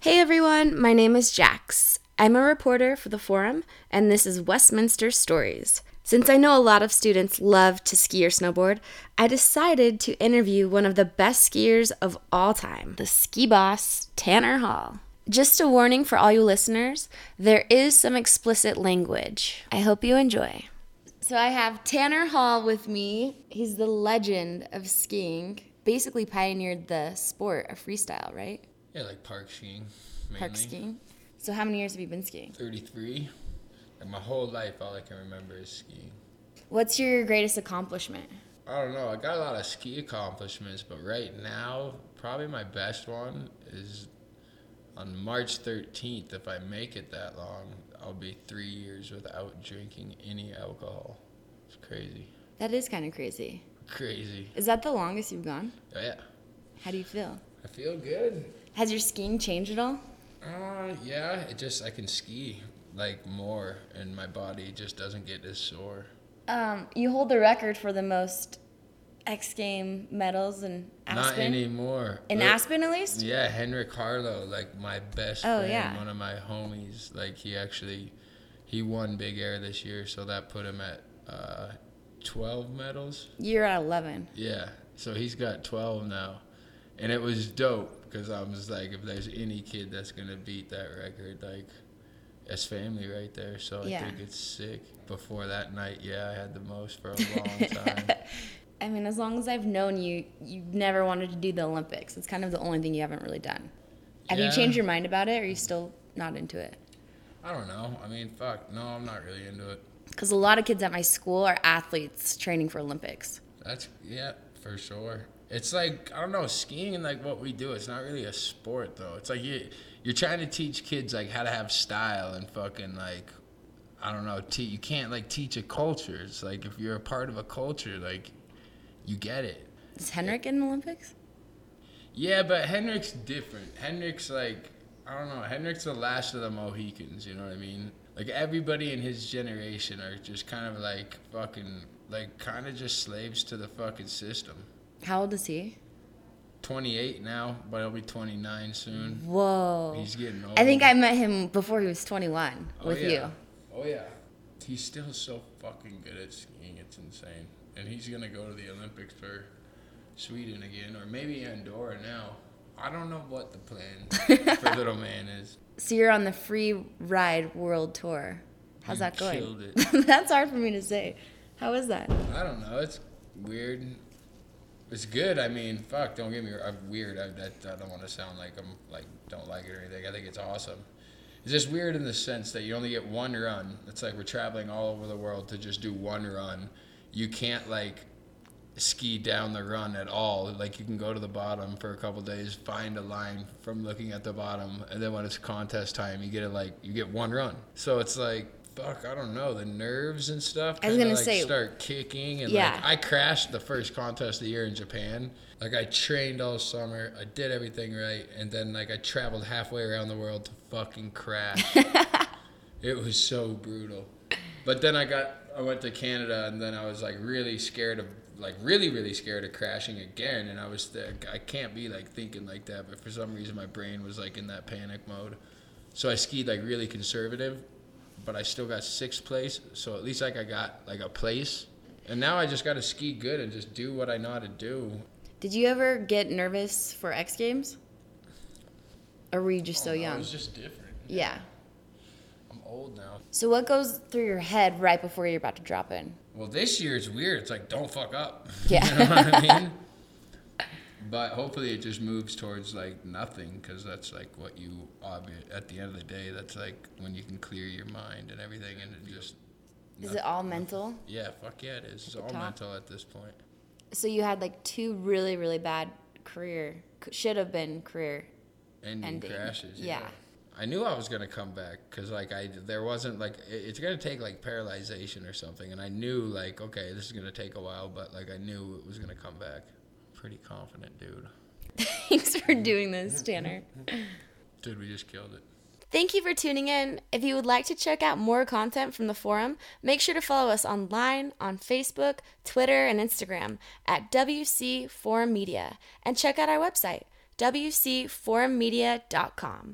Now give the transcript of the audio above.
Hey everyone, my name is Jax. I'm a reporter for the Forum, and this is Westminster Stories. Since I know a lot of students love to ski or snowboard, I decided to interview one of the best skiers of all time, the ski boss, Tanner Hall. Just a warning for all you listeners there is some explicit language. I hope you enjoy. So I have Tanner Hall with me. He's the legend of skiing, basically pioneered the sport of freestyle, right? Yeah, like park skiing. Mainly. Park skiing. So how many years have you been skiing? 33. Like my whole life, all I can remember is skiing. What's your greatest accomplishment? I don't know. I got a lot of ski accomplishments, but right now, probably my best one is on March 13th. If I make it that long, I'll be three years without drinking any alcohol. It's crazy. That is kind of crazy. Crazy. Is that the longest you've gone? Yeah. How do you feel? I feel good. Has your skiing changed at all? Uh, yeah, it just I can ski like more, and my body just doesn't get as sore. Um, you hold the record for the most X Game medals in Aspen. Not anymore. In Like- Aspen, at least. Yeah, Henrik Harlow, like my best Oh, friend, yeah. one of my homies. Like he actually, he won Big Air this year, so that put him at uh, twelve medals. You're at 11. Yeah, so he's got twelve now, and it was dope because I was like, if there's any kid that's gonna beat that record, like. It's family right there, so I Yeah. think it's sick. Before that night, yeah, I had the most for a long time. I mean, as long as I've known you, you've never wanted to do the Olympics. It's kind of the only thing you haven't really done. Have you Yeah. changed your mind about it? Or are you still not into it? I don't know. I mean, fuck. No, I'm not really into it. Because a lot of kids at my school are athletes training for Olympics. That's yeah, for sure. It's like I don't know, skiing and like what we do. It's not really a sport though. It's like you you're trying to teach kids like how to have style and fucking like I don't know. Te- you can't like teach a culture. It's like if you're a part of a culture, like you get it. Is Henrik in the Olympics? Yeah, but Henrik's different. Henrik's like I don't know. Henrik's the last of the Mohicans. You know what I mean? Like everybody in his generation are just kind of like fucking like kind of just slaves to the fucking system. How old is he? 28 now, but he'll be 29 soon. Whoa. He's getting old. Mm-hmm. I think I met him before he was 21 with yeah. you. Oh yeah. He's still so fucking good at skiing. It's insane. And he's gonna go to the Olympics for Sweden again, or maybe Andorra now. I don't know what the plan for little man is. So you're on the free ride world tour. How's You that going? killed it. That's hard for me to say. How is that? I don't know. It's weird. It's good. I mean, fuck. Don't get me. wrong. I'm weird. I, that, I don't want to sound like I'm like don't like it or anything. I think it's awesome. It's just weird in the sense that you only get one run. It's like we're traveling all over the world to just do one run. You can't like ski down the run at all. Like you can go to the bottom for a couple days, find a line from looking at the bottom, and then when it's contest time, you get it like you get one run. So it's like fuck, I don't know the nerves and stuff. I was kinda, gonna like, say- start kicking and Yeah. like I crashed the first contest of the year in Japan. Like I trained all summer, I did everything right, and then like I traveled halfway around the world to fucking crash. it was so brutal. But then I got I went to Canada and then I was like really scared of like really really scared of crashing again and I was like I can't be like thinking like that but for some reason my brain was like in that panic mode. So I skied like really conservative, but I still got sixth place. So at least like I got like a place. And now I just got to ski good and just do what I know how to do. Did you ever get nervous for X Games? Or were you just so Oh, I don't know, young? It's just different. yeah. I'm old now. So what goes through your head right before you're about to drop in? Well, this year it's weird. It's like don't fuck up. Yeah. you know what I mean? But hopefully it just moves towards like nothing because that's like what you obvi- at the end of the day that's like when you can clear your mind and everything and it just Is it all mental? yeah fuck yeah it is it's the all top. mental at this point. So you had like two really really bad career should have been career. ending, ending. crashes. Yeah. I knew I was gonna come back because like I there wasn't like it- it's gonna take like paralyzation or something, and I knew like okay this is gonna take a while, but like I knew it was gonna come back. Pretty confident, dude. Thanks for doing this, Tanner. Dude, we just killed it. Thank you for tuning in. If you would like to check out more content from the forum, make sure to follow us online on Facebook, Twitter, and Instagram at WC Forum Media and check out our website, wcforummedia.com.